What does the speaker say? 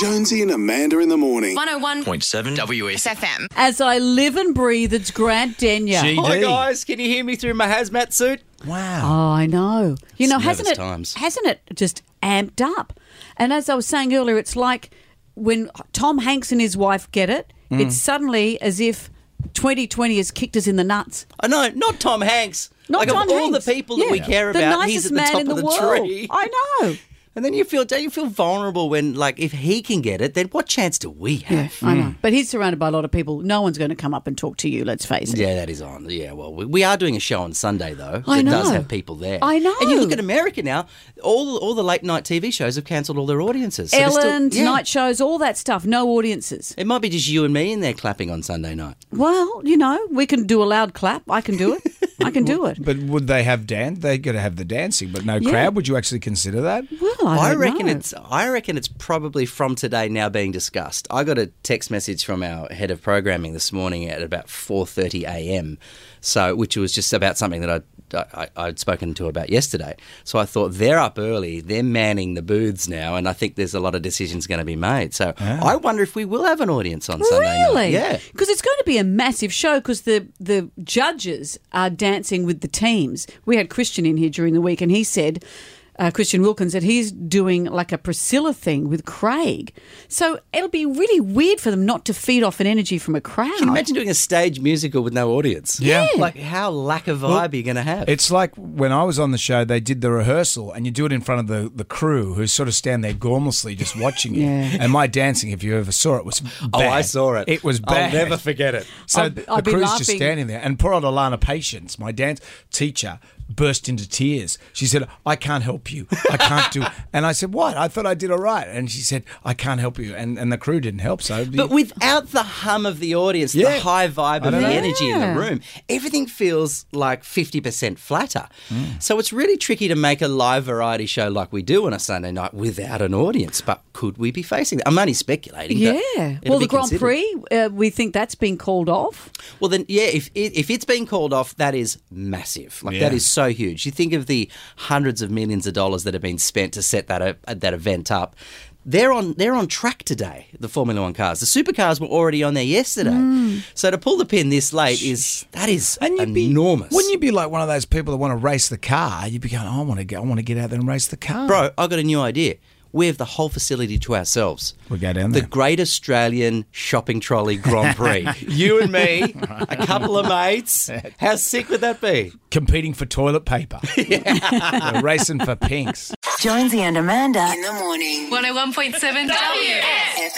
Jonesy and Amanda in the morning. 101 101.7 WS. FM. As I live and breathe, it's Grant Denyer. GD. Hi guys, can you hear me through my hazmat suit? Wow. Oh, I know. You know, nervous hasn't it? times. Hasn't it just amped up? And as I was saying earlier, it's like when Tom Hanks and his wife get it. Mm. It's suddenly as if 2020 has kicked us in the nuts. I know, not Tom Hanks. Not like Tom of all Hanks. the people that Yeah. we care the about, nicest he's at the man top in the of the world. tree. I know. And then you feel, don't you feel vulnerable when, like, if he can get it, then what chance do we have? I know. But he's surrounded by a lot of people. No one's going to come up and talk to you. Let's face it. Yeah, that is on. Yeah, well, we, we are doing a show on Sunday though. I that does know. have people there. I know. And you look at America now. All all the late night TV shows have cancelled all their audiences. So they're still- Ellen, yeah. night shows, all that stuff. No audiences. It might be just you and me in there clapping on Sunday night. Well, you know, we can do a loud clap. I can do it. I can do it. But would they have dance? They're going to have the dancing, but no Yeah. crowd. Would you actually consider that? Well, I, I don't reckon know. it's I reckon it's probably from today now being discussed. I got a text message from our head of programming this morning at about 4:30 a.m. So, which was just about something that I, I I'd spoken to about yesterday. So I thought they're up early, they're manning the booths now, and I think there's a lot of decisions going to be made. So I wonder if we will have an audience on Sunday. Ah. Really? Night. Yeah. Because it's going to be a massive show because the, the judges are dancing with the teams. We had Christian in here during the week and he said, uh, Christian Wilkins, that he's doing like a Priscilla thing with Craig. So it'll be really weird for them not to feed off an energy from a crowd. Can you imagine doing a stage musical with no audience? Yeah. Yeah. Like how lack of vibe are you going to have? It's like when I was on the show, they did the rehearsal, and you do it in front of the, the crew who sort of stand there gormlessly just watching you. Yeah. And my dancing, if you ever saw it, was bad. Oh, I saw it. It was I'll bad. never forget it. So I'd- the I'd be crew's just laughing. standing there, and poor old Alana Patience, my dance teacher, burst into tears. She said, "I can't help you. I can't do." and I said, "What? I thought I did all right." And she said, "I can't help you." And and the crew didn't help. So But without the hum of the audience, Yeah. the high vibe and the know. energy in Yeah. the room, everything feels like 50% flatter. Mm. So it's really tricky to make a live variety show like we do on a Sunday night without an audience. But could we be facing that? I'm only speculating. but yeah. it'll Well, be the Grand considered. Prix, uh, we think that's been called off. Well, then, yeah, if, it- if it's been called off, that is massive. Like, that Yeah. is so huge. You think of the hundreds of millions of dollars that have been spent to set that, uh, that event up. They're on, they're on track today, the Formula One cars. The supercars were already on there yesterday. Mm. So to pull the pin this late is, that is enormous. Be, wouldn't you be like one of those people that want to race the car? You'd be going, "Oh, "I want to go. I want to get out there and race the car." Bro, I got a new idea. We have the whole facility to ourselves. We go down The there. Great Australian Shopping Trolley Grand Prix. you and me, a couple of mates. How sick would that be? competing for toilet paper, They're racing for pinks. Jonesy and Amanda. 101.7 WS.